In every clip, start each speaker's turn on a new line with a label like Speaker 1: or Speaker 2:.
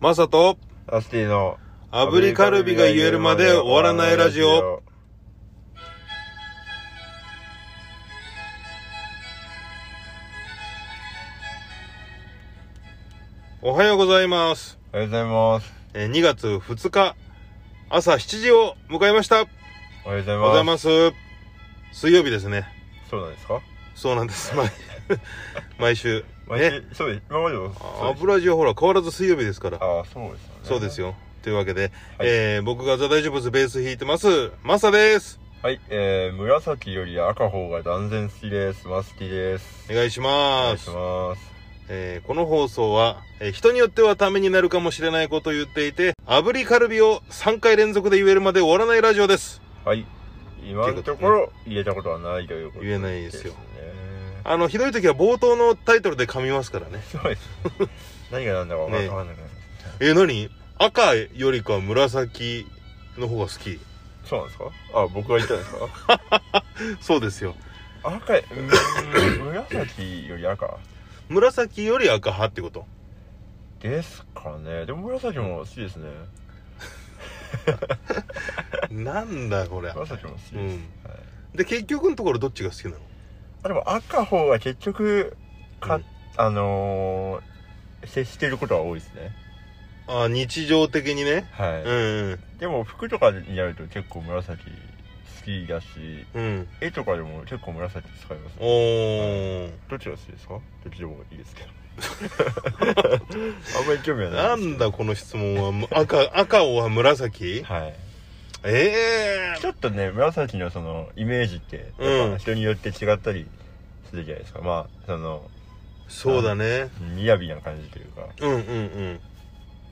Speaker 1: マサと
Speaker 2: アスティの
Speaker 1: 炙りカルビが言えるまで終わらないラジオ。おはようございます、
Speaker 2: おはようございます
Speaker 1: えー2月2日朝7時を迎えました
Speaker 2: おはようござい
Speaker 1: お
Speaker 2: ます
Speaker 1: はようございます水曜日ですね
Speaker 2: そうなんですか
Speaker 1: そうなんです毎 毎週
Speaker 2: 毎
Speaker 1: ね
Speaker 2: 週そうです今までもそうです
Speaker 1: 油ジオほら変わらず水曜日ですから
Speaker 2: ああそうですよね
Speaker 1: そうですよというわけで、
Speaker 2: はい
Speaker 1: えー僕がザ・大丈夫ズベース弾いてますマサです
Speaker 2: はいえー、紫より赤方が断然好きですマスティです
Speaker 1: お願いし
Speaker 2: お願
Speaker 1: ま
Speaker 2: いし
Speaker 1: す
Speaker 2: ます
Speaker 1: えーこの放送は、えー人によってはためになるかもしれないことを言っていて、炙りカルビを3回連続で言えるまで終わらないラジオです。
Speaker 2: はい今のところ言えたことはないということ
Speaker 1: 言えないですよ
Speaker 2: ね
Speaker 1: あの、ひどい時は冒頭のタイトルで噛みますからね。
Speaker 2: そうです何が何だか分かんなくなる
Speaker 1: えー何赤よりか紫の方が好き。
Speaker 2: そうなんですかあ僕が言ったんですか
Speaker 1: そうですよ。
Speaker 2: 赤い、うーん紫より赤
Speaker 1: 紫より赤派ってこと。
Speaker 2: ですかねでも紫も好きですね
Speaker 1: なんだこれ。
Speaker 2: 紫も好きです、
Speaker 1: うん
Speaker 2: はい、
Speaker 1: で、結局のところどっちが好きなの
Speaker 2: あでも赤方が結局か、
Speaker 1: うん
Speaker 2: あのー、接してることは多いですね
Speaker 1: あー日常的にね。
Speaker 2: はい、
Speaker 1: うん。
Speaker 2: でも服とかになると結構紫好きだし
Speaker 1: うん。
Speaker 2: 絵とかでも結構紫使います
Speaker 1: お
Speaker 2: ね
Speaker 1: ー。
Speaker 2: どっちが好きですかどっちでもいいです けどあんまり興味はな
Speaker 1: ない
Speaker 2: です
Speaker 1: んだこの質問はむ赤赤は紫
Speaker 2: はい
Speaker 1: ええ
Speaker 2: ちょっとね紫のそのイメージってやっぱ人によって違ったりするじゃないですか、まあその
Speaker 1: そうだね
Speaker 2: みやびな感じというか
Speaker 1: うんうんうん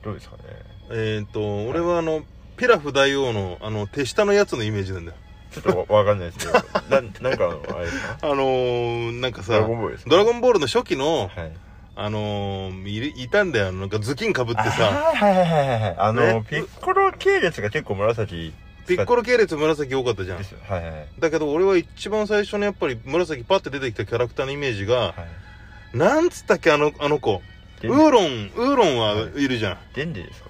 Speaker 2: どうですかね
Speaker 1: えっ、と俺はあのピラフ大王のあの手下のやつのイメージなんだよ
Speaker 2: ちょっとわわかんないですけど なんなんかあのあれですか
Speaker 1: あのー、なんか
Speaker 2: ドラ
Speaker 1: さ
Speaker 2: ゴンボールですか
Speaker 1: ドラゴンボールの初期の、
Speaker 2: はい
Speaker 1: あのーいる、いたんだよ。あのなんか頭巾かぶってさ、
Speaker 2: あーはいはいはいはいはいあの、
Speaker 1: ね
Speaker 2: ピッコロ系列が結構紫
Speaker 1: ピッコロ系列紫多かったじゃ
Speaker 2: で
Speaker 1: ん。
Speaker 2: すよはいはいはい
Speaker 1: だけど俺は一番最初のやっぱり紫パッて出てきたキャラクターのイメージが、なんつったっけあの、あの子。ウ
Speaker 2: で
Speaker 1: ーロン、ウーロンはいるじゃん。
Speaker 2: デンデですか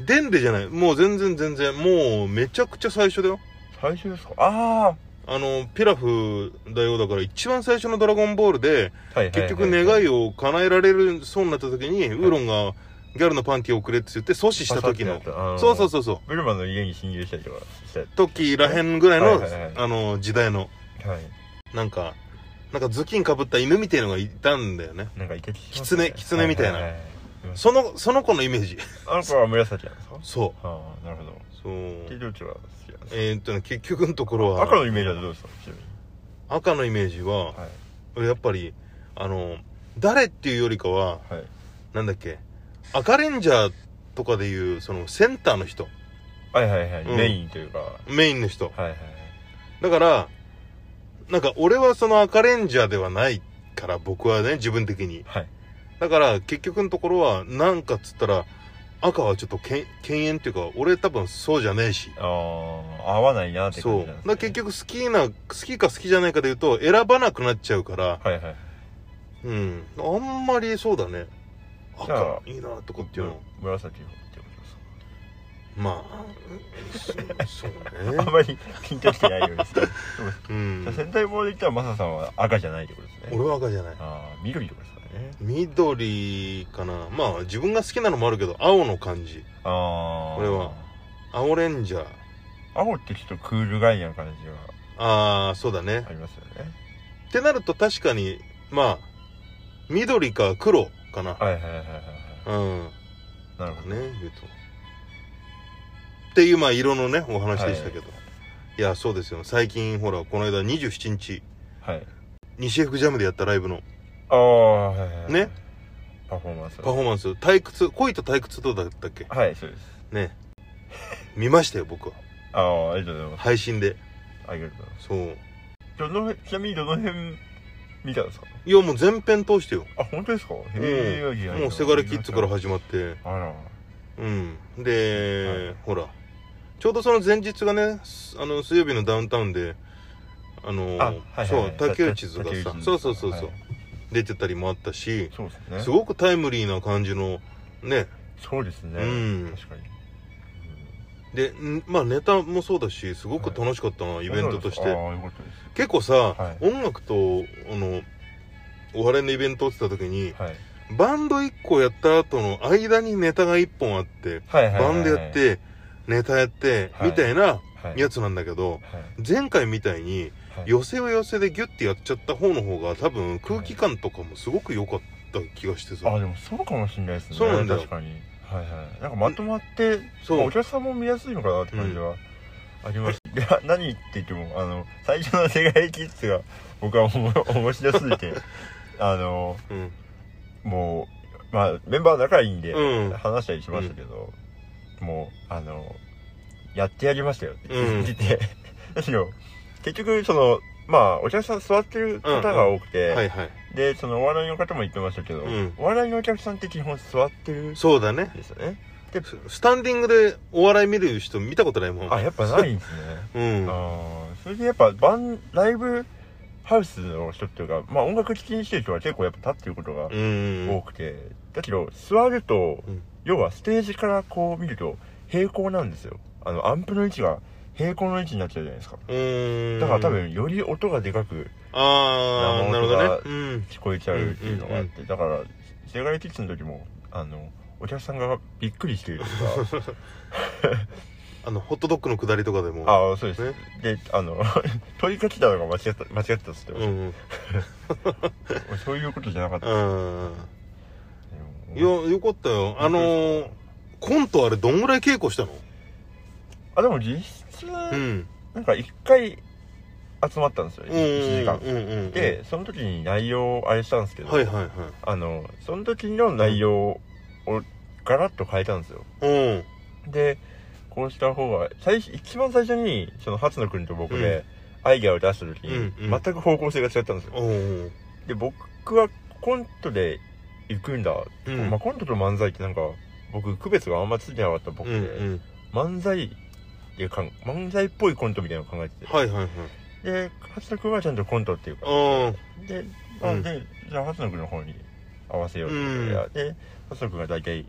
Speaker 1: デンデじゃない。もう全然全然。もうめちゃくちゃ最初だよ。
Speaker 2: 最初ですかあ
Speaker 1: あの、ピラフだよだから一番最初のドラゴンボールで、
Speaker 2: あ、はいはいは
Speaker 1: 結
Speaker 2: い
Speaker 1: 局願いを叶えられるそうになった時に、ウーロンがギャルのパンティをくれって言って阻止した時の。そうそう
Speaker 2: う
Speaker 1: そうそう。
Speaker 2: ブルマの家に侵入したりとかしたり
Speaker 1: 時らへんぐらいの、
Speaker 2: はいはいはい
Speaker 1: あの、時代の、
Speaker 2: はい
Speaker 1: なんか、なんか頭巾かぶった犬みたいのがいたんだよね。
Speaker 2: なんかいてきします
Speaker 1: 狐狐みたいな
Speaker 2: はははいうん
Speaker 1: その、その子のイメージ。
Speaker 2: あの子は紫なんですか
Speaker 1: そ
Speaker 2: ああなるほど
Speaker 1: う。そう。
Speaker 2: 黄色いは好きなんです
Speaker 1: えーっとね、結局のところ
Speaker 2: か
Speaker 1: は、
Speaker 2: 赤のイメージはどうですかちなみに
Speaker 1: 赤のイメージは、
Speaker 2: はい
Speaker 1: やっぱり、あの、誰っていうよりかは、
Speaker 2: はい
Speaker 1: なんだっけ、赤レンジャーとかでいう、そのセンターの人、
Speaker 2: はいはいはい、
Speaker 1: うん
Speaker 2: メインというかは
Speaker 1: メインの人。
Speaker 2: いはいはい
Speaker 1: だから、なんか俺はその赤レンジャーではないから、僕はね、自分的に。
Speaker 2: はい
Speaker 1: だから、結局のところは、なんかっつったら、赤はちょっとけん敬遠っていうか、俺多分そうじゃねえし。
Speaker 2: ああ合わないなって感
Speaker 1: そう。
Speaker 2: じ
Speaker 1: だ
Speaker 2: な
Speaker 1: か
Speaker 2: んです、ね、
Speaker 1: ら結局好きな、好きか好きじゃないかで言うと、選ばなくなっちゃうから、
Speaker 2: はいはい
Speaker 1: うん。あんまりそうだね。
Speaker 2: じゃ
Speaker 1: 赤
Speaker 2: あ、
Speaker 1: いいなとかっていうの。
Speaker 2: 紫をって思います
Speaker 1: まあ、そうそう
Speaker 2: あ
Speaker 1: ね
Speaker 2: ん。まりピンときてないようですけど
Speaker 1: うん。
Speaker 2: 戦隊もので言ったらマサさんは赤じゃないってことですね
Speaker 1: 俺は赤じゃない。
Speaker 2: ああ緑とかですかね
Speaker 1: 緑かな。まあ、自分が好きなのもあるけど、青の感じ。
Speaker 2: ああ
Speaker 1: 俺は青レンジャー。
Speaker 2: 青ってちょっとクールガイな感じが
Speaker 1: ああ、そうだね。
Speaker 2: ありますよね
Speaker 1: ってなると確かに、まあ、緑か黒かな。
Speaker 2: はいはいはいはいはい
Speaker 1: うん。
Speaker 2: なるほど
Speaker 1: ね、言うと。っていう、まあ、色のね、お話でしたけど。いや、そうですよ。最近、ほら、この間27日、
Speaker 2: はい
Speaker 1: 西 F ジャムでやったライブの
Speaker 2: ああはいはいはい
Speaker 1: ね
Speaker 2: パフォーマンス
Speaker 1: パフォーマンス、退屈、恋と退屈どうだったっけ
Speaker 2: はいそうです
Speaker 1: ね。見ましたよ、僕は。
Speaker 2: ああありがとうございます
Speaker 1: 配信で。
Speaker 2: ありがとうございます
Speaker 1: そう。
Speaker 2: どの辺ちなみにどの辺見たんですか
Speaker 1: いや、もう全編通してよ。
Speaker 2: あ本当ですかへえいやいやいや
Speaker 1: もうせがれキッズから始まって。
Speaker 2: あら
Speaker 1: うん。で、
Speaker 2: はい
Speaker 1: ほら。ちょうどその前日がね、すあの、水曜日のダウンタウンで、あの、
Speaker 2: あはいはい
Speaker 1: そう、
Speaker 2: た
Speaker 1: 竹内図が
Speaker 2: 竹内
Speaker 1: さ
Speaker 2: 図、
Speaker 1: そうそうそうそう、
Speaker 2: はい
Speaker 1: 出てたりもあったし、
Speaker 2: そうですね
Speaker 1: すごくタイムリーな感じの、ね、
Speaker 2: そうですね、
Speaker 1: うん
Speaker 2: 確かに、
Speaker 1: でんまあネタもそうだしすごく楽しかったな、
Speaker 2: うん
Speaker 1: イベントとし
Speaker 2: ああ
Speaker 1: て
Speaker 2: よかったで
Speaker 1: 結構さ、
Speaker 2: はい
Speaker 1: 音楽とあのお笑いのイベントをってた時に
Speaker 2: す、はい
Speaker 1: バンド1個やった後の間にネタが1本あって
Speaker 2: はいはいはい
Speaker 1: バンドやっ、てネタやって
Speaker 2: はい
Speaker 1: みたいな
Speaker 2: はい、
Speaker 1: やつなんだけど
Speaker 2: はい、
Speaker 1: 前回みたいに
Speaker 2: はい
Speaker 1: 寄せは寄せでギュッてやっちゃった方の方が多分空気感とかもすごく良かった気がして
Speaker 2: あ
Speaker 1: さ
Speaker 2: でもそうかもしれないですね
Speaker 1: そうなんだよ
Speaker 2: 確かにはいはいなんかまとまって
Speaker 1: そう
Speaker 2: まあお客さんも見やすいのかなって感じはあります、いや何言って言ってもあの最初の「世界キッズ」が僕はおも面白すぎて あの
Speaker 1: うん
Speaker 2: もうまあメンバー仲いいんで、
Speaker 1: うん
Speaker 2: 話したりしましたけど、もうあのやってやりましたよって
Speaker 1: うん
Speaker 2: 言って、 ですよ結局そのまあお客さん座ってる方が多くて、
Speaker 1: はいはい
Speaker 2: でそのお笑いの方も言ってましたけど、
Speaker 1: うん
Speaker 2: お笑いのお客さんって基本座ってるんで
Speaker 1: そうだね
Speaker 2: すよね
Speaker 1: ススタンディングでお笑い見る人見たことないもん
Speaker 2: あやっぱないんです
Speaker 1: う
Speaker 2: ね
Speaker 1: ん
Speaker 2: あーそれでやっぱバンライブハウスの人っていうか、まあ、音楽聴きにしてる人は結構やっぱ立ってることが
Speaker 1: うん
Speaker 2: 多くて、だけど座ると、
Speaker 1: うん
Speaker 2: 要はステージからこう見ると平行なんですよあのアンプの位置が平行の位置になっちゃうじゃないですか
Speaker 1: うん
Speaker 2: だから多分より音がでかく
Speaker 1: ああな
Speaker 2: 生
Speaker 1: るほ
Speaker 2: 音が
Speaker 1: どねうん
Speaker 2: 聞こえちゃうっていうのがあって、だから世界キッズの時もあのお客さんがびっくりしてると か
Speaker 1: あのホットドッグの下りとかでも
Speaker 2: ああそうです、
Speaker 1: ね
Speaker 2: であの 問いかけたのが間違った間違ったっつってま
Speaker 1: う
Speaker 2: し
Speaker 1: ん
Speaker 2: た、そういうことじゃなかった
Speaker 1: うんいや
Speaker 2: よ
Speaker 1: よかったよあのーコントあれどんぐらい稽古したの
Speaker 2: あでも実質、
Speaker 1: うん
Speaker 2: なんか1回集まったんですよ、
Speaker 1: うん
Speaker 2: 1時間、
Speaker 1: うんうんうん
Speaker 2: でその時に内容をあれしたんですけど、
Speaker 1: はいはいはい
Speaker 2: あのその時の内容をガラッと変えたんですよ
Speaker 1: うん
Speaker 2: でこうした方が最初一番最初にその初野君と僕でアイデアを出した時に、
Speaker 1: うんうん
Speaker 2: 全く方向性が違ったんですよ
Speaker 1: おう
Speaker 2: で僕はコントで行くんだ、
Speaker 1: うん
Speaker 2: まあ、コントと漫才ってなんか僕区別があんまついてなかった僕
Speaker 1: う
Speaker 2: で、
Speaker 1: んうん
Speaker 2: 漫才でかん漫才っぽいコントみたいなのを考えてて、
Speaker 1: はいはいはい
Speaker 2: で初野君はちゃんとコントっていうか
Speaker 1: うん
Speaker 2: で、まあ
Speaker 1: うん
Speaker 2: でじゃあ初野君の方に合わせようっていうことで、で初野君が大体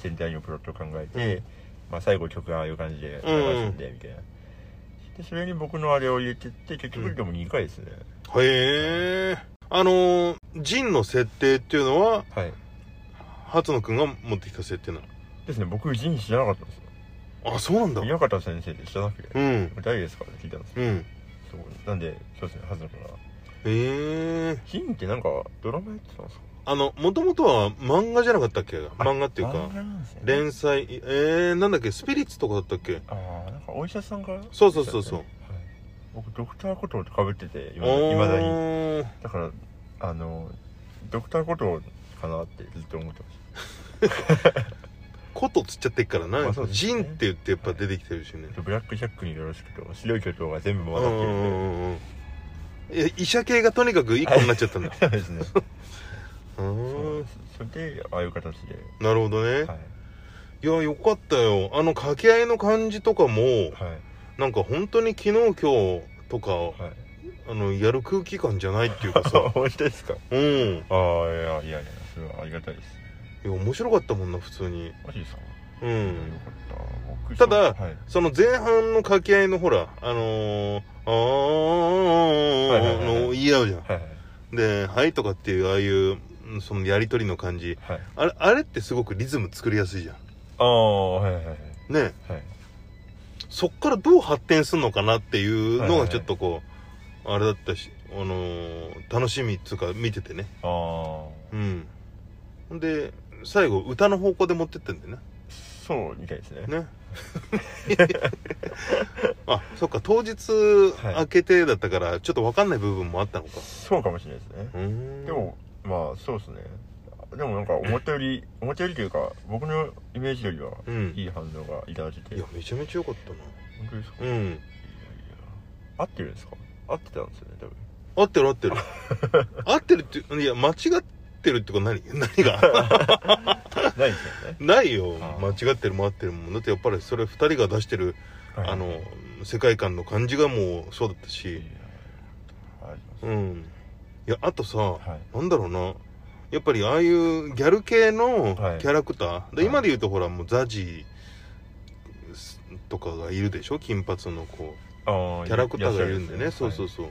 Speaker 2: 全体のプロットを考えて、
Speaker 1: うん
Speaker 2: まあ、最後曲がああいう感じで流すんでみたいな、でそれに僕のあれを入れてって結局でも2回ですね、
Speaker 1: へえあのージンの設定っていうのは
Speaker 2: はい
Speaker 1: 初野くんが持ってきた設定な
Speaker 2: ですね僕陣知らなかったんですよ
Speaker 1: のあそうなんだ
Speaker 2: 宮方先生って知らなくて、
Speaker 1: うん
Speaker 2: 誰ですかって聞いたんですよ
Speaker 1: うん
Speaker 2: そうなんでそうですね初野君が
Speaker 1: へえ
Speaker 2: 陣ってなんかドラマやってたんですか
Speaker 1: あのもともとは漫画じゃなかったっけ漫画っていうか
Speaker 2: 漫画なんですね
Speaker 1: 連載えー、なんだっけスピリッツとかだったっけ
Speaker 2: ああなんかお医者さんから
Speaker 1: そうそうそうそう
Speaker 2: はい、僕ドクターコトーとかぶってていま
Speaker 1: おー
Speaker 2: だにだからあのドクターコトーかなってずっと思ってまし
Speaker 1: ことつっちゃってっからな、
Speaker 2: まあそうです
Speaker 1: ジ
Speaker 2: ね
Speaker 1: ンって言ってやっぱ出てきてるしね、
Speaker 2: たブラックジャックによろしくと白い巨塔が全部
Speaker 1: う
Speaker 2: 回
Speaker 1: ん
Speaker 2: っ
Speaker 1: う
Speaker 2: て
Speaker 1: んう
Speaker 2: るんで
Speaker 1: んうんいや医者系がとにかく一個になっちゃった んだ
Speaker 2: そうですね
Speaker 1: うーん
Speaker 2: それでああいう形で
Speaker 1: なるほどね、
Speaker 2: はい
Speaker 1: い、やよかったよあの掛け合いの感じとかも
Speaker 2: はい
Speaker 1: なんか本当に昨日今日とか
Speaker 2: はい
Speaker 1: あのやる空気感じゃないっていうか
Speaker 2: そう
Speaker 1: さ
Speaker 2: 本当ですか
Speaker 1: うんい
Speaker 2: ああいやいやいやそれはありがたいですね
Speaker 1: や面白かったもんな普通に
Speaker 2: マジですか、
Speaker 1: う
Speaker 2: うんよかった僕
Speaker 1: ただ
Speaker 2: はい
Speaker 1: その前半の掛け合いのほら、あのー、あ
Speaker 2: はいはいはい
Speaker 1: ー、の言い合うじゃ
Speaker 2: はい
Speaker 1: ん。で、はいとかっていう、ああいう、うんそのやりとりの感じ。
Speaker 2: はい
Speaker 1: あれ、あれってすごくリズム作りやすいじゃ
Speaker 2: ああはいはいはい
Speaker 1: ん。ね。
Speaker 2: はい
Speaker 1: そっからどう発展するのかなっていう
Speaker 2: はいは
Speaker 1: の
Speaker 2: いは
Speaker 1: が
Speaker 2: い
Speaker 1: ちょっとこう、あれだったし、あのー楽しみっつうか見ててね。
Speaker 2: ああ
Speaker 1: うん。ほんで、最後、歌の方向で持ってってんだよね。
Speaker 2: そうみたいですね
Speaker 1: ね。あ、そっか、当日
Speaker 2: はい
Speaker 1: 明けてだったから、ちょっと分かんない部分もあったのか。
Speaker 2: そうかもしれないですね
Speaker 1: うーん
Speaker 2: でもまあそうですねでもなんか思ったより思ったよりというか僕のイメージよりは
Speaker 1: うん
Speaker 2: いい反応がいただけて
Speaker 1: いや
Speaker 2: 本
Speaker 1: めちゃめちゃ良かった
Speaker 2: 当ですか、
Speaker 1: なうん
Speaker 2: 合ってるんですか合ってたんですよね多分
Speaker 1: 合ってる合って る合ってるっていや間違ってるってこと何何 が
Speaker 2: ないですよね、
Speaker 1: ないよ
Speaker 2: あ
Speaker 1: 間違ってるも合ってるもんだってやっぱりそれ2人が出してる、 あ
Speaker 2: いや
Speaker 1: の世界観の感じがもうそうだったし
Speaker 2: ありがとうござ
Speaker 1: う
Speaker 2: います
Speaker 1: んいやあとさ
Speaker 2: はい
Speaker 1: なんだろうなやっぱりああいうギャル系のキ
Speaker 2: はい
Speaker 1: ャラクター、
Speaker 2: は
Speaker 1: で
Speaker 2: い
Speaker 1: 今で言うとほらもうザジーとかがいるでしょ金髪の子
Speaker 2: あー
Speaker 1: キャラクターがいるんでね
Speaker 2: いらっしゃ
Speaker 1: そうそう
Speaker 2: は
Speaker 1: そう、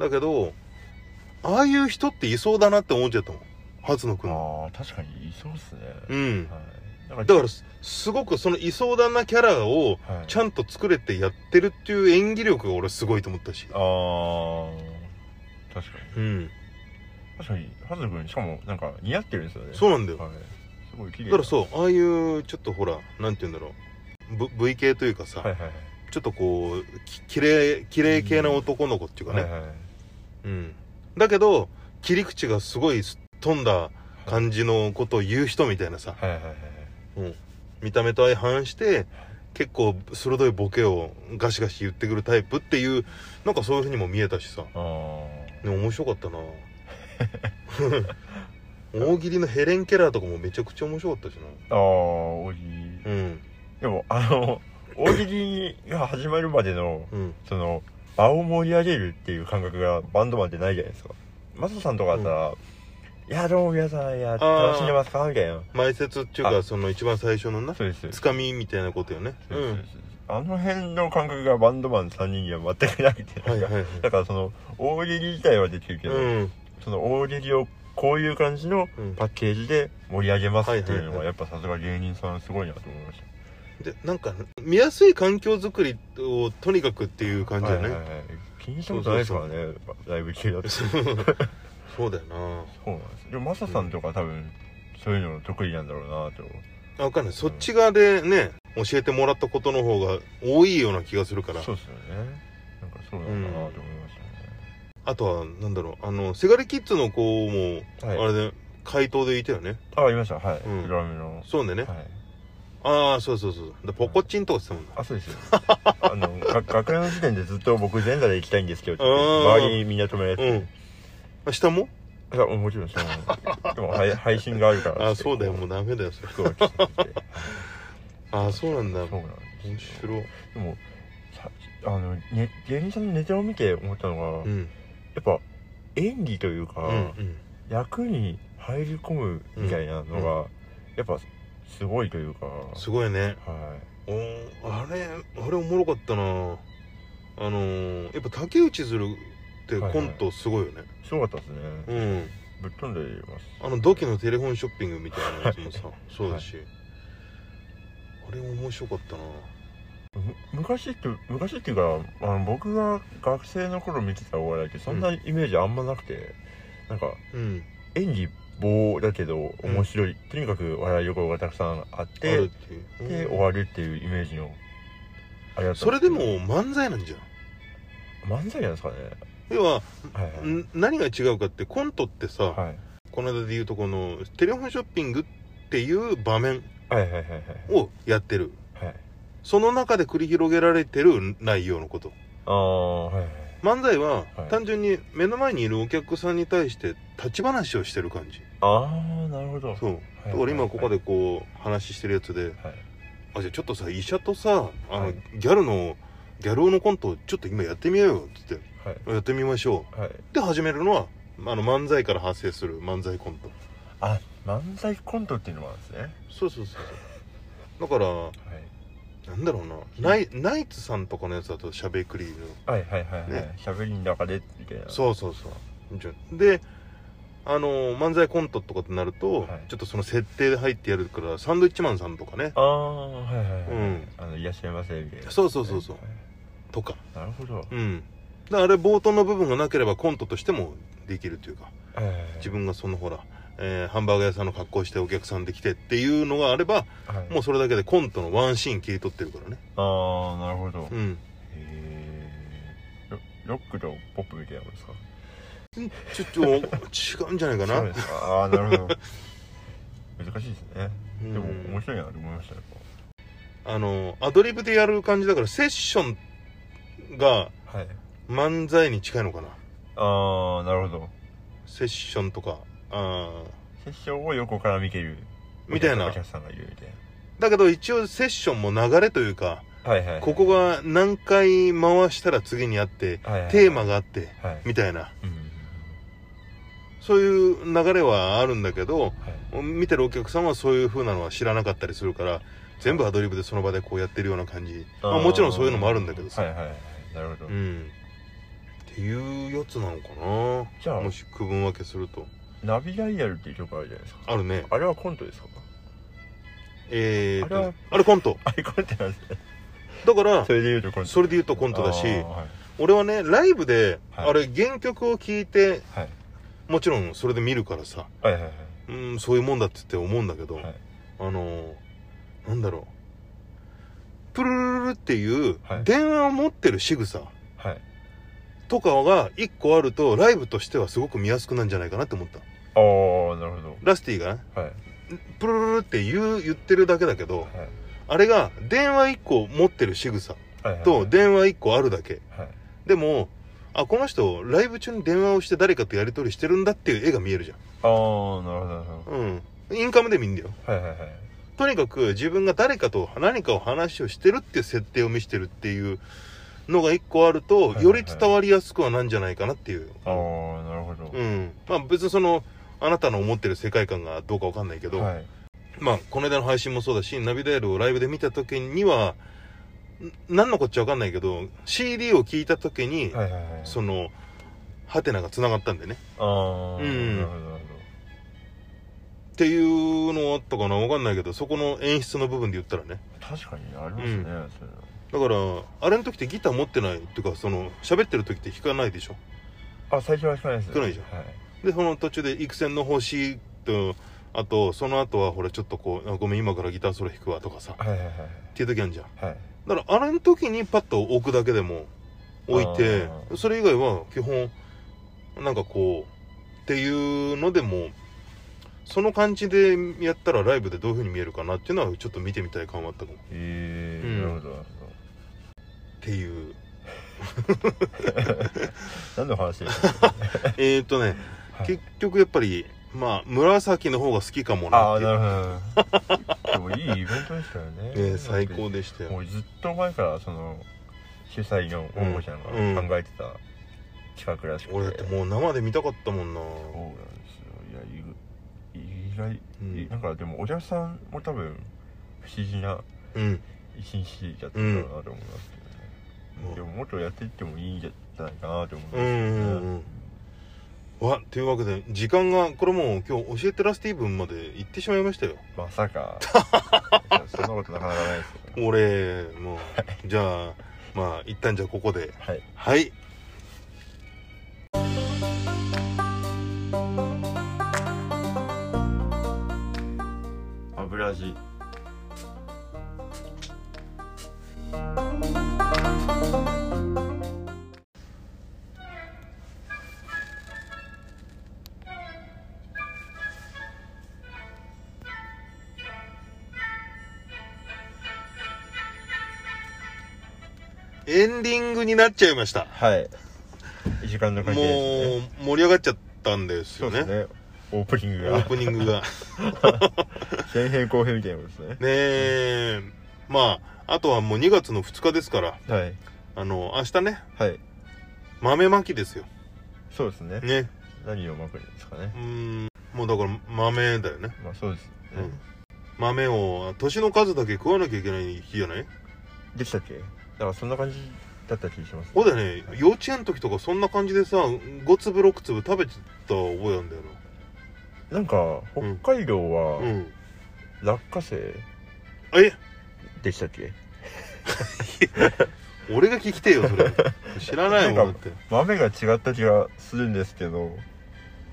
Speaker 1: だけどああいう人っていそうだなって思っちゃったもん初野くんの
Speaker 2: いあー確かにいそうっすね、
Speaker 1: うん
Speaker 2: はい、だから
Speaker 1: だからすすごくそのいそうだなキャラを
Speaker 2: はい、
Speaker 1: ちゃんと作れてやってるっていう演技力が俺すごいと思ったし
Speaker 2: あー確かに
Speaker 1: うん
Speaker 2: 確かにハズ君しかもなんか似合ってるんですよね
Speaker 1: そうなんだよ
Speaker 2: はい、すごい綺麗
Speaker 1: だからそうああいうちょっとほらなんて言うんだろうぶ V 系というかさ、
Speaker 2: はいはいはい
Speaker 1: ちょっとこうき綺麗綺麗系な男の子っていうかね、
Speaker 2: はいはいはい
Speaker 1: うん、だけど切り口がすごいすっ飛んだ感じのことを言う人みたいなさ
Speaker 2: はいはいはい
Speaker 1: 見た目と相反して結構鋭いボケをガシガシ言ってくるタイプっていうなんかそういうふうにも見えたしさ、ね、
Speaker 2: あ
Speaker 1: 面白かった な大喜利のヘレン・ケラーとかもめちゃくちゃ面白かったし
Speaker 2: ーあー大喜利
Speaker 1: なうん
Speaker 2: でもあの大喜利が始まるまでの
Speaker 1: うん
Speaker 2: その場を盛り上げるっていう感覚がバンドマンってないじゃないですかマサさんとかだったら「いやどうも皆さんいや
Speaker 1: ー
Speaker 2: 楽しんでますか?」みたいな
Speaker 1: 前説っていうかその一番最初のな
Speaker 2: そうですそうです
Speaker 1: つかみみたいなことよね
Speaker 2: そううですそうんですあの辺の感覚がバンドマン3人には全くなくて
Speaker 1: はいはいはい
Speaker 2: だからその大喜利自体はできるけど、
Speaker 1: うん
Speaker 2: その大喜利をこういう感じの
Speaker 1: うん
Speaker 2: パッケージで盛り上げますって
Speaker 1: は
Speaker 2: いう
Speaker 1: いはい
Speaker 2: の
Speaker 1: は
Speaker 2: はいやっぱさすが芸人さんすごいなと思いまし
Speaker 1: でなんか見やすい環境づくりをとにかくっていう
Speaker 2: た
Speaker 1: 感じだね、
Speaker 2: はいはいはい気にしたことないですからねライブ中だとそう
Speaker 1: そうだよな
Speaker 2: なんですでもマサさんとか多分そういうの得意なんだろうなと
Speaker 1: あ分かんないそっち側でね教えてもらったことの方が多いような気がするから
Speaker 2: そうですよねなんかそうなんだなと思いまし
Speaker 1: あとはなんだろうあのせがれキッズの子も、
Speaker 2: たね、
Speaker 1: あ
Speaker 2: はい、
Speaker 1: れで回答でいたよね
Speaker 2: あありましたはい、
Speaker 1: うん
Speaker 2: ドラムの
Speaker 1: そうだよね、
Speaker 2: はい
Speaker 1: ああそうそうそうでポコチンとかって言ってたもんな
Speaker 2: あそうですよ あのが学園の時点でずっと僕前座で行きたいんですけどって言
Speaker 1: うん
Speaker 2: って周りにみんな止められて
Speaker 1: うんあ下も
Speaker 2: いやもちろんそのでも配配信があるか ら
Speaker 1: あそうだよも
Speaker 2: う
Speaker 1: うダメだよそれ
Speaker 2: 服を着 てきて
Speaker 1: ああそうなんだ
Speaker 2: そう
Speaker 1: 面
Speaker 2: なんですよ
Speaker 1: 白い
Speaker 2: でもさあの、ね、芸人さんのネタを見て思ったのが、
Speaker 1: う
Speaker 2: や
Speaker 1: ん
Speaker 2: っぱ演技というか、
Speaker 1: うんうん
Speaker 2: 役に入り込むみたいなのが、やっぱすごいというか
Speaker 1: すごいね
Speaker 2: は
Speaker 1: おーあれあれおもろかったなあのー、やっぱ竹内鶴ってコントすごいよね、
Speaker 2: いすごかったですね、
Speaker 1: うん
Speaker 2: ぶっ飛んでます
Speaker 1: あの土器のテレフォンショッピングみたいなやつもさそうだし、あれ面白かったな
Speaker 2: む昔って昔っていうかあの僕が学生の頃見てたお笑いってそんなイメージあんまなくて、なんか
Speaker 1: うん
Speaker 2: 演技棒だけど面白い、とにかく笑いどころがたくさんあっ
Speaker 1: ある
Speaker 2: て
Speaker 1: っていううん
Speaker 2: で終わるっていうイメージのあれだった
Speaker 1: そ
Speaker 2: ん
Speaker 1: れ
Speaker 2: す
Speaker 1: で
Speaker 2: けど
Speaker 1: も漫才なんじゃん
Speaker 2: 漫才なんですかね
Speaker 1: 要は、
Speaker 2: はいはい
Speaker 1: ん何が違うかってコントってさ、
Speaker 2: はい
Speaker 1: この間で言うとこのテレフォンショッピングっていう場面
Speaker 2: はいはいはいはい
Speaker 1: をやってる
Speaker 2: はい
Speaker 1: その中で繰り広げられてる内容のこと
Speaker 2: ああはいはい
Speaker 1: 漫才は
Speaker 2: はい
Speaker 1: 単純に目の前にいるお客さんに対して立ち話をしてる感じ
Speaker 2: ああなるほど
Speaker 1: そう
Speaker 2: い
Speaker 1: だから今ここでこう話してるやつで
Speaker 2: はい
Speaker 1: あじゃあちょっとさ医者とさあの、
Speaker 2: はい
Speaker 1: ギャルのギャル男のコントをちょっと今やってみようよっつって
Speaker 2: はい
Speaker 1: やってみましょ
Speaker 2: はいう
Speaker 1: で始めるのはあの漫才から発生する漫才コント
Speaker 2: あ漫才コントっていうのもあるんですねは
Speaker 1: そうそうそうそうだからなんだろうなナイナイツさんとかのやつだとしゃべくりの
Speaker 2: いはいはいはいはい
Speaker 1: ね
Speaker 2: 喋、りの中でみたいな
Speaker 1: そうそうそうじゃであの漫才コントとかってなると、
Speaker 2: はい
Speaker 1: ちょっとその設定で入ってやるからサンドイッチマンさんとかね
Speaker 2: ああはいはいはい、
Speaker 1: うん
Speaker 2: あのいらっしゃいませみたいな
Speaker 1: そうそうそうそう
Speaker 2: はいはい
Speaker 1: とか
Speaker 2: なるほど、
Speaker 1: うんだからあれ冒頭の部分がなければコントとしてもできるというか
Speaker 2: はいはいはい
Speaker 1: 自分がそのほら、えーハンバーガー屋さんの格好をしてお客さんで来てっていうのがあれば
Speaker 2: はい
Speaker 1: もうそれだけでコントのワンシーン切り取ってるからね
Speaker 2: ああなるほど、
Speaker 1: う
Speaker 2: へ
Speaker 1: ん
Speaker 2: えロロックとポップみたいなことですか
Speaker 1: ちょっと違うんじゃないかな
Speaker 2: そうですかああなる ほど難しいですね、
Speaker 1: うん
Speaker 2: でも面白いなと思いましたやっ
Speaker 1: あのアドリブでやる感じだからセッションが
Speaker 2: ぱはい
Speaker 1: 漫才に近いのかな
Speaker 2: ああなるほど
Speaker 1: セッションとかあー
Speaker 2: セッションを横から見てる
Speaker 1: みたいな
Speaker 2: お客さんがいるみたい
Speaker 1: だけど一応セッションも流れというか
Speaker 2: なはいはいはい
Speaker 1: ここが何回回したら次にあって
Speaker 2: はいはいはい
Speaker 1: テーマがあって
Speaker 2: はい
Speaker 1: みたいな
Speaker 2: うん
Speaker 1: そういう流れはあるんだけど、
Speaker 2: はい
Speaker 1: 見てるお客さんはそういう風なのは知らなかったりするから全部アドリブでその場でこうやってるような感じまあ、もちろんそういうのもあるんだけどさ、
Speaker 2: はいはいはいなるほど、
Speaker 1: うんっていうやつなのか
Speaker 2: じゃ
Speaker 1: な
Speaker 2: あ
Speaker 1: もし区分分けすると
Speaker 2: ナビダイヤルっていう曲あるじゃないですか
Speaker 1: あるね
Speaker 2: あれはコントですか
Speaker 1: えーっと
Speaker 2: あれは
Speaker 1: あれコント
Speaker 2: あれコントなんですね
Speaker 1: だから
Speaker 2: それで言うとコント
Speaker 1: それで言うとコントだし
Speaker 2: あーはい
Speaker 1: 俺はねライブで、
Speaker 2: はい
Speaker 1: あれ原曲を聴いて
Speaker 2: はい
Speaker 1: もちろんそれで見るからさ、
Speaker 2: はいはいはい
Speaker 1: うん、そういうもんだってって思うんだけど、
Speaker 2: はい
Speaker 1: あのーなんだろうプルルルルっていう
Speaker 2: はい
Speaker 1: 電話を持ってる仕草
Speaker 2: はい
Speaker 1: とかが1個あるとライブとしてはすごく見やすくなるんじゃないかなって思った
Speaker 2: ああなるほ
Speaker 1: ラスティがね
Speaker 2: どはい
Speaker 1: プルルルって言う言ってるだけだけど
Speaker 2: はい
Speaker 1: あれが電話1個持ってる仕草
Speaker 2: はいはい
Speaker 1: と
Speaker 2: で
Speaker 1: 電話1個あるだけ
Speaker 2: はい
Speaker 1: でもあこの人ライブ中に電話をして誰かとやり取りしてるんだっていう絵が見えるじゃん
Speaker 2: ああなるほどなるほ
Speaker 1: うんインカムで見んだよ
Speaker 2: どはいはいはい
Speaker 1: とにかく自分が誰かと何かを話をしてるっていう設定を見せてるっていうのが一個ある
Speaker 2: い
Speaker 1: と
Speaker 2: はいはい
Speaker 1: より伝わりやすくはなんじゃないかなっていう、
Speaker 2: ああなるほど
Speaker 1: うんまあ別にそのあなたの思ってる世界観がどうかわかんないけど、
Speaker 2: はい
Speaker 1: まあこの間の配信もそうだしナビダイヤルをライブで見た時にはん何のこっちゃわかんないけど CD を聞いた時に、
Speaker 2: はいはいはい
Speaker 1: そのハテナがつながったんでね
Speaker 2: ああ
Speaker 1: うん
Speaker 2: なるほどなるほど
Speaker 1: っていうのはあったかなわかんないけどそこの演出の部分で言ったらね
Speaker 2: 確かにありますね、
Speaker 1: うん
Speaker 2: それ
Speaker 1: だからあれの時ってギター持ってないっていうかその喋ってる時って弾かないでしょ
Speaker 2: あ最初は弾かないです
Speaker 1: 弾かないじゃん
Speaker 2: はい、
Speaker 1: でその途中で「幾千の星」とあとその後はほらちょっとこうあ「ごめん今からギターソロ弾くわ」とかさっ
Speaker 2: はいはいはい
Speaker 1: ていう時あるじゃん
Speaker 2: はい
Speaker 1: だからあれの時にパッと置くだけでも置いて
Speaker 2: あ
Speaker 1: それ以外は基本なんかこうっていうのでもその感じでやったらライブでどういう風に見えるかなっていうのはちょっと見てみたい感はあったかも
Speaker 2: えー
Speaker 1: うん
Speaker 2: なるほどなるほど
Speaker 1: っていう
Speaker 2: 何の話です
Speaker 1: えーっとね、
Speaker 2: はい
Speaker 1: 結局やっぱり、まあ、紫の方が好きかも
Speaker 2: あ
Speaker 1: な
Speaker 2: あ
Speaker 1: っていう。
Speaker 2: なるほどでもいいイベントでしたよね
Speaker 1: ね、最高でした
Speaker 2: も
Speaker 1: よ。
Speaker 2: うずっと前からその主催の大野ちゃ
Speaker 1: うん
Speaker 2: ん
Speaker 1: う
Speaker 2: が
Speaker 1: ん
Speaker 2: 考えてた企画らしくて、
Speaker 1: 俺だってもう生で見たかったもんな。
Speaker 2: そうなんですよいや意
Speaker 1: う
Speaker 2: 外、
Speaker 1: ん
Speaker 2: なんかでもお客さんも多分不思議な
Speaker 1: うん。
Speaker 2: 一日だったのかなと思いますけど
Speaker 1: う
Speaker 2: ね、
Speaker 1: ん
Speaker 2: でももっとやっていってもいいんじゃないかなと思いま
Speaker 1: うんう
Speaker 2: すけどね
Speaker 1: んうん。わ、というわけで、時間が、これもう今日教えてらスティーブンまで行ってしまいましたよ。
Speaker 2: ま さかいやそんなことなかなかないですよね
Speaker 1: 俺、もう、じゃあ、まあ、一旦じゃあここで。
Speaker 2: はい
Speaker 1: はい。
Speaker 2: 油味
Speaker 1: エンディングになっちゃいました。
Speaker 2: はい時間の
Speaker 1: もう
Speaker 2: 関係ですね、
Speaker 1: 盛り上がっちゃったんです
Speaker 2: そ
Speaker 1: よ
Speaker 2: うです
Speaker 1: ね。
Speaker 2: ねオープニング
Speaker 1: オー
Speaker 2: が
Speaker 1: プニン グが。
Speaker 2: 前編後編みたいなことで
Speaker 1: ね
Speaker 2: す
Speaker 1: えまああとはもう2月の2日ですから
Speaker 2: ねはい
Speaker 1: あの明日ね
Speaker 2: はい
Speaker 1: 豆まきですよ
Speaker 2: そうですね
Speaker 1: ね
Speaker 2: 何をまくんですかね
Speaker 1: うーんもうだから豆だよね、
Speaker 2: まあそうです、ね
Speaker 1: うん、豆を年の数だけ食わなきゃいけない日じゃない
Speaker 2: でしたっけだからそんな感じだった気がします、
Speaker 1: そうだよね幼稚園の時とかそんな感じでさ5粒6粒食べてた覚えなんだよ
Speaker 2: なんか
Speaker 1: うん
Speaker 2: 北海道
Speaker 1: なう
Speaker 2: は
Speaker 1: ん
Speaker 2: 落花生
Speaker 1: え
Speaker 2: でしたっけ、
Speaker 1: 俺が聞きてえよ それ知らないもんだって
Speaker 2: 豆が違った気がするんですけど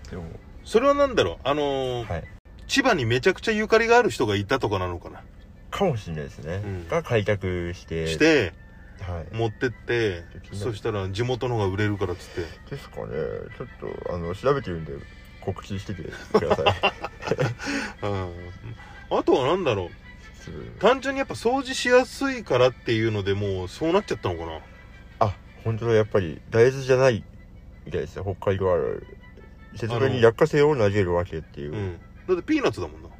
Speaker 2: でも
Speaker 1: それは何だろうあのー
Speaker 2: はい
Speaker 1: 千葉にめちゃくちゃゆかりがある人がいたとかなのかな、
Speaker 2: かもしれないですね、
Speaker 1: うん
Speaker 2: が開拓して
Speaker 1: して
Speaker 2: はい
Speaker 1: 持ってってそしたら地元の方が売れるからっつって
Speaker 2: ですかねちょっとあの調べてるんで告知しててください
Speaker 1: うんあとは何だろう
Speaker 2: すぐ
Speaker 1: 単純にやっぱ掃除しやすいからっていうのでもうそうなっちゃったのかな
Speaker 2: あ本当だやっぱり大豆じゃないみたいですね北海道あるある説明に落花生を投げるわけっていう、
Speaker 1: うんだってピーナッツだもんな
Speaker 2: あ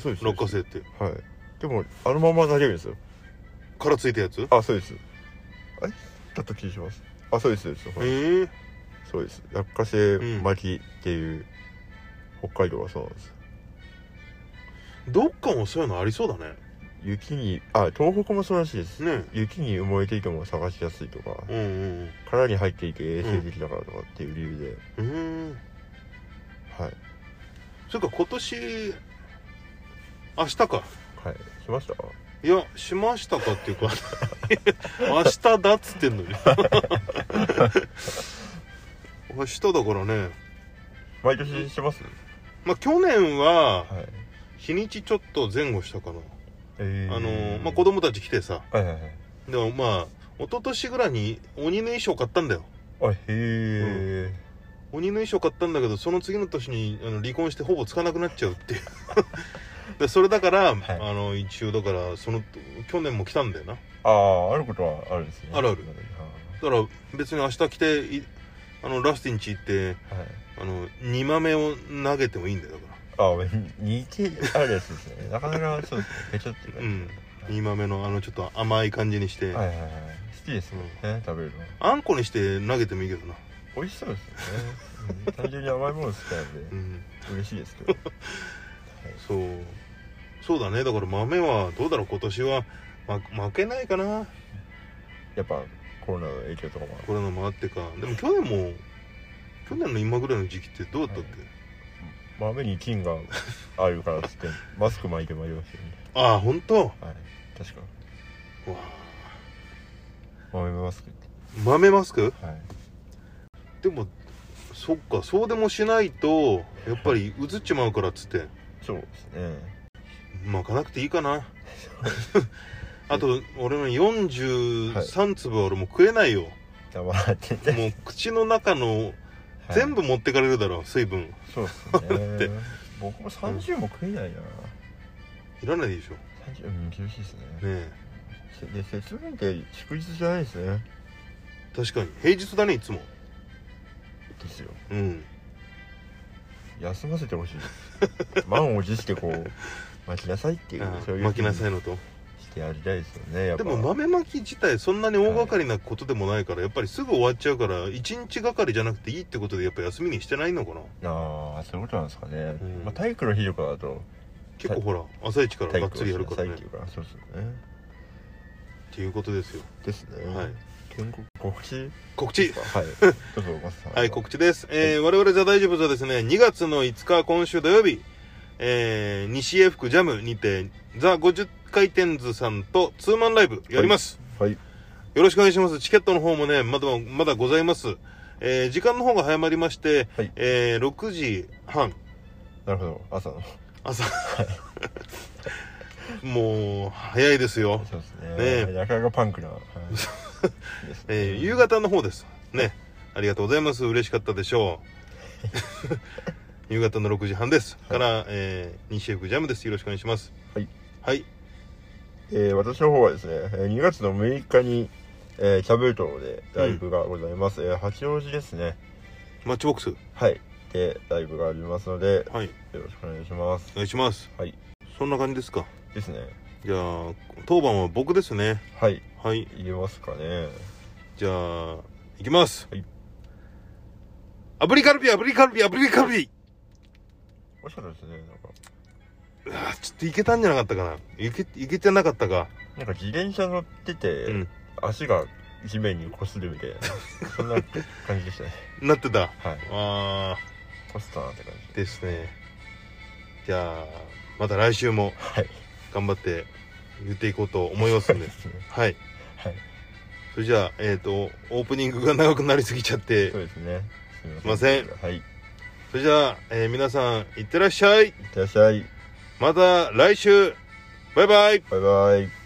Speaker 2: そうです
Speaker 1: 落花
Speaker 2: 落
Speaker 1: 生って
Speaker 2: 花生はいでもあのまま投げるんですよ
Speaker 1: 殻ついたやつへ
Speaker 2: あそうですあれだった気がしますあそうですそうです、はい
Speaker 1: え
Speaker 2: そうです落花生
Speaker 1: うん
Speaker 2: 巻きっていう、北海道はそうなんです
Speaker 1: どっかもそういうのありそうだね
Speaker 2: 雪にあ東北もそうらしいです
Speaker 1: ね
Speaker 2: 雪に埋もれていても探しやすいとか
Speaker 1: うんうん
Speaker 2: 殻に入っていて衛生的だからとかっていう理由で、
Speaker 1: うんうーん
Speaker 2: はい
Speaker 1: それか今年明日か
Speaker 2: はいしました
Speaker 1: いやしましたかっていうか 明日だっつってんのに 明日だからね
Speaker 2: 毎年してます、
Speaker 1: まあ去年は
Speaker 2: はい
Speaker 1: 日にちちょっと前後したかな、
Speaker 2: え
Speaker 1: あのまあ子供たち来てさ
Speaker 2: はいはいはい
Speaker 1: でもまあ一昨年ぐらいに鬼の衣装買ったんだよ
Speaker 2: あへえ、
Speaker 1: 鬼の衣装買ったんだけどその次の年にあの離婚してほぼつかなくなっちゃうっていう でそれだから、
Speaker 2: はい
Speaker 1: あの一応だからその去年も来たんだよな
Speaker 2: あああることはあるんですね
Speaker 1: あるある
Speaker 2: は
Speaker 1: だから別に明日来ていあのラスティンチ行って
Speaker 2: い
Speaker 1: あの煮豆を投げてもいいんだよだか
Speaker 2: あ似てあるやつですねなかなかそうですねペチョっていう
Speaker 1: ら
Speaker 2: か
Speaker 1: うん煮豆のあのちょっと甘い感じにして、
Speaker 2: はいはいはい好きですもんね食べるの
Speaker 1: あんこにして投げてもいいけどな、
Speaker 2: 美味しそうですよねうん単純に甘いもの好きなん
Speaker 1: う
Speaker 2: で
Speaker 1: ん、
Speaker 2: 嬉しいですけど
Speaker 1: そうそうだねだから豆はどうだろう今年は、ま、負けないかな
Speaker 2: やっぱコロナの影響とかもある
Speaker 1: コロナもあってかでも去年も去年の今ぐらいの時期ってどうだったっけ、
Speaker 2: 豆に菌があるからっつってマスク巻いてまいりましたよね
Speaker 1: ああ本当わ
Speaker 2: はい確か
Speaker 1: あ
Speaker 2: 豆マスクって
Speaker 1: 豆マスク
Speaker 2: はい
Speaker 1: でもそっかそうでもしないとやっぱりうつっちまうからっつって
Speaker 2: そうですね
Speaker 1: 巻かなくていいか なあと俺の43粒は俺もう食えないよ、
Speaker 2: 黙ってて
Speaker 1: もう口の中の
Speaker 2: はい
Speaker 1: 全部持ってかれるだろう水分
Speaker 2: そうっす
Speaker 1: て
Speaker 2: ね僕も30も食えないない
Speaker 1: らないでしょ
Speaker 2: 30うん厳しいですね
Speaker 1: ねえ
Speaker 2: せで節分って祝日じゃないですね
Speaker 1: 確かに平日だねいつも
Speaker 2: ですよ
Speaker 1: うん
Speaker 2: 休ませてほしい満を持してこう巻きなさいっていう
Speaker 1: あ
Speaker 2: そういう
Speaker 1: 巻きなさ
Speaker 2: い
Speaker 1: いのと
Speaker 2: してやりたいですよねやっ
Speaker 1: で
Speaker 2: ぱ
Speaker 1: も豆巻き自体そんなに大掛かりなことでもないから、やっぱりすぐ終わっちゃうから一日がかりじゃなくていいってことでやっぱ休みにしてないのかな
Speaker 2: ああそういうことなんですかね、
Speaker 1: うん
Speaker 2: まあ、体育の日とかだと
Speaker 1: 結構ほら朝一から
Speaker 2: 体
Speaker 1: がっ
Speaker 2: 育
Speaker 1: つりやるからね
Speaker 2: 体育からそうですよね
Speaker 1: っていうことですよ
Speaker 2: ですね
Speaker 1: はい
Speaker 2: 健康告知
Speaker 1: 告知
Speaker 2: はいどうぞマスさん
Speaker 1: はい、告知です。えー我々じゃ大丈夫とはですね、2月の5日、今週土曜日、えー西英福ジャムにて、ザ50回転図さんとツーマンライブやります。
Speaker 2: はい
Speaker 1: よろしくお願いします。チケットの方もね、まだ、まだございます。えー時間の方が早まりまして、
Speaker 2: はい
Speaker 1: えー6時半、
Speaker 2: なるほど朝の
Speaker 1: 朝。もう、早いですよ。
Speaker 2: そうです
Speaker 1: ね
Speaker 2: ねなかなかパンクな、はいですね
Speaker 1: えー夕方の方です。ね。ありがとうございます。嬉しかったでしょう。 夕方の6時半です。から、えー、西江福ジャムです。よろしくお願いします。
Speaker 2: はい。
Speaker 1: はい。
Speaker 2: えー私の方はですね、えー2月の6日に、えー、キャブートでライブがございます、えー八王子ですね
Speaker 1: マッチボックス。
Speaker 2: はいでライブがありますので
Speaker 1: はい。
Speaker 2: よろしくお願いします
Speaker 1: お願いします。
Speaker 2: はい
Speaker 1: そんな感じですか。
Speaker 2: ですね
Speaker 1: じゃあ、当番は僕ですね。
Speaker 2: はい
Speaker 1: はい。
Speaker 2: 入れますかね
Speaker 1: じゃあ、いきます。
Speaker 2: はい。
Speaker 1: アブリカルビ、アブリカルビ、アブリカルビ
Speaker 2: おしゃれですねなんか
Speaker 1: うわちょっといけたんじゃなかったかな。いけ、いけてなかったか。
Speaker 2: なんか自転車乗ってて、
Speaker 1: うん
Speaker 2: 足が地面に擦るみたいな そんな感じでしたね
Speaker 1: なってた。
Speaker 2: はい
Speaker 1: あ
Speaker 2: ポスターって感
Speaker 1: ー
Speaker 2: じで
Speaker 1: ですね。じゃあ、また来週も。
Speaker 2: はい
Speaker 1: 頑張って言っていこうと思いますん で
Speaker 2: すね
Speaker 1: はい
Speaker 2: はい
Speaker 1: それじゃあえっ、とオープニングが長くなりすぎちゃって
Speaker 2: そうですねす
Speaker 1: すい
Speaker 2: はいいっ
Speaker 1: それじゃあ、えー皆さんいってらっしゃい
Speaker 2: てらっしゃい
Speaker 1: また来週バイバイ
Speaker 2: バイバイ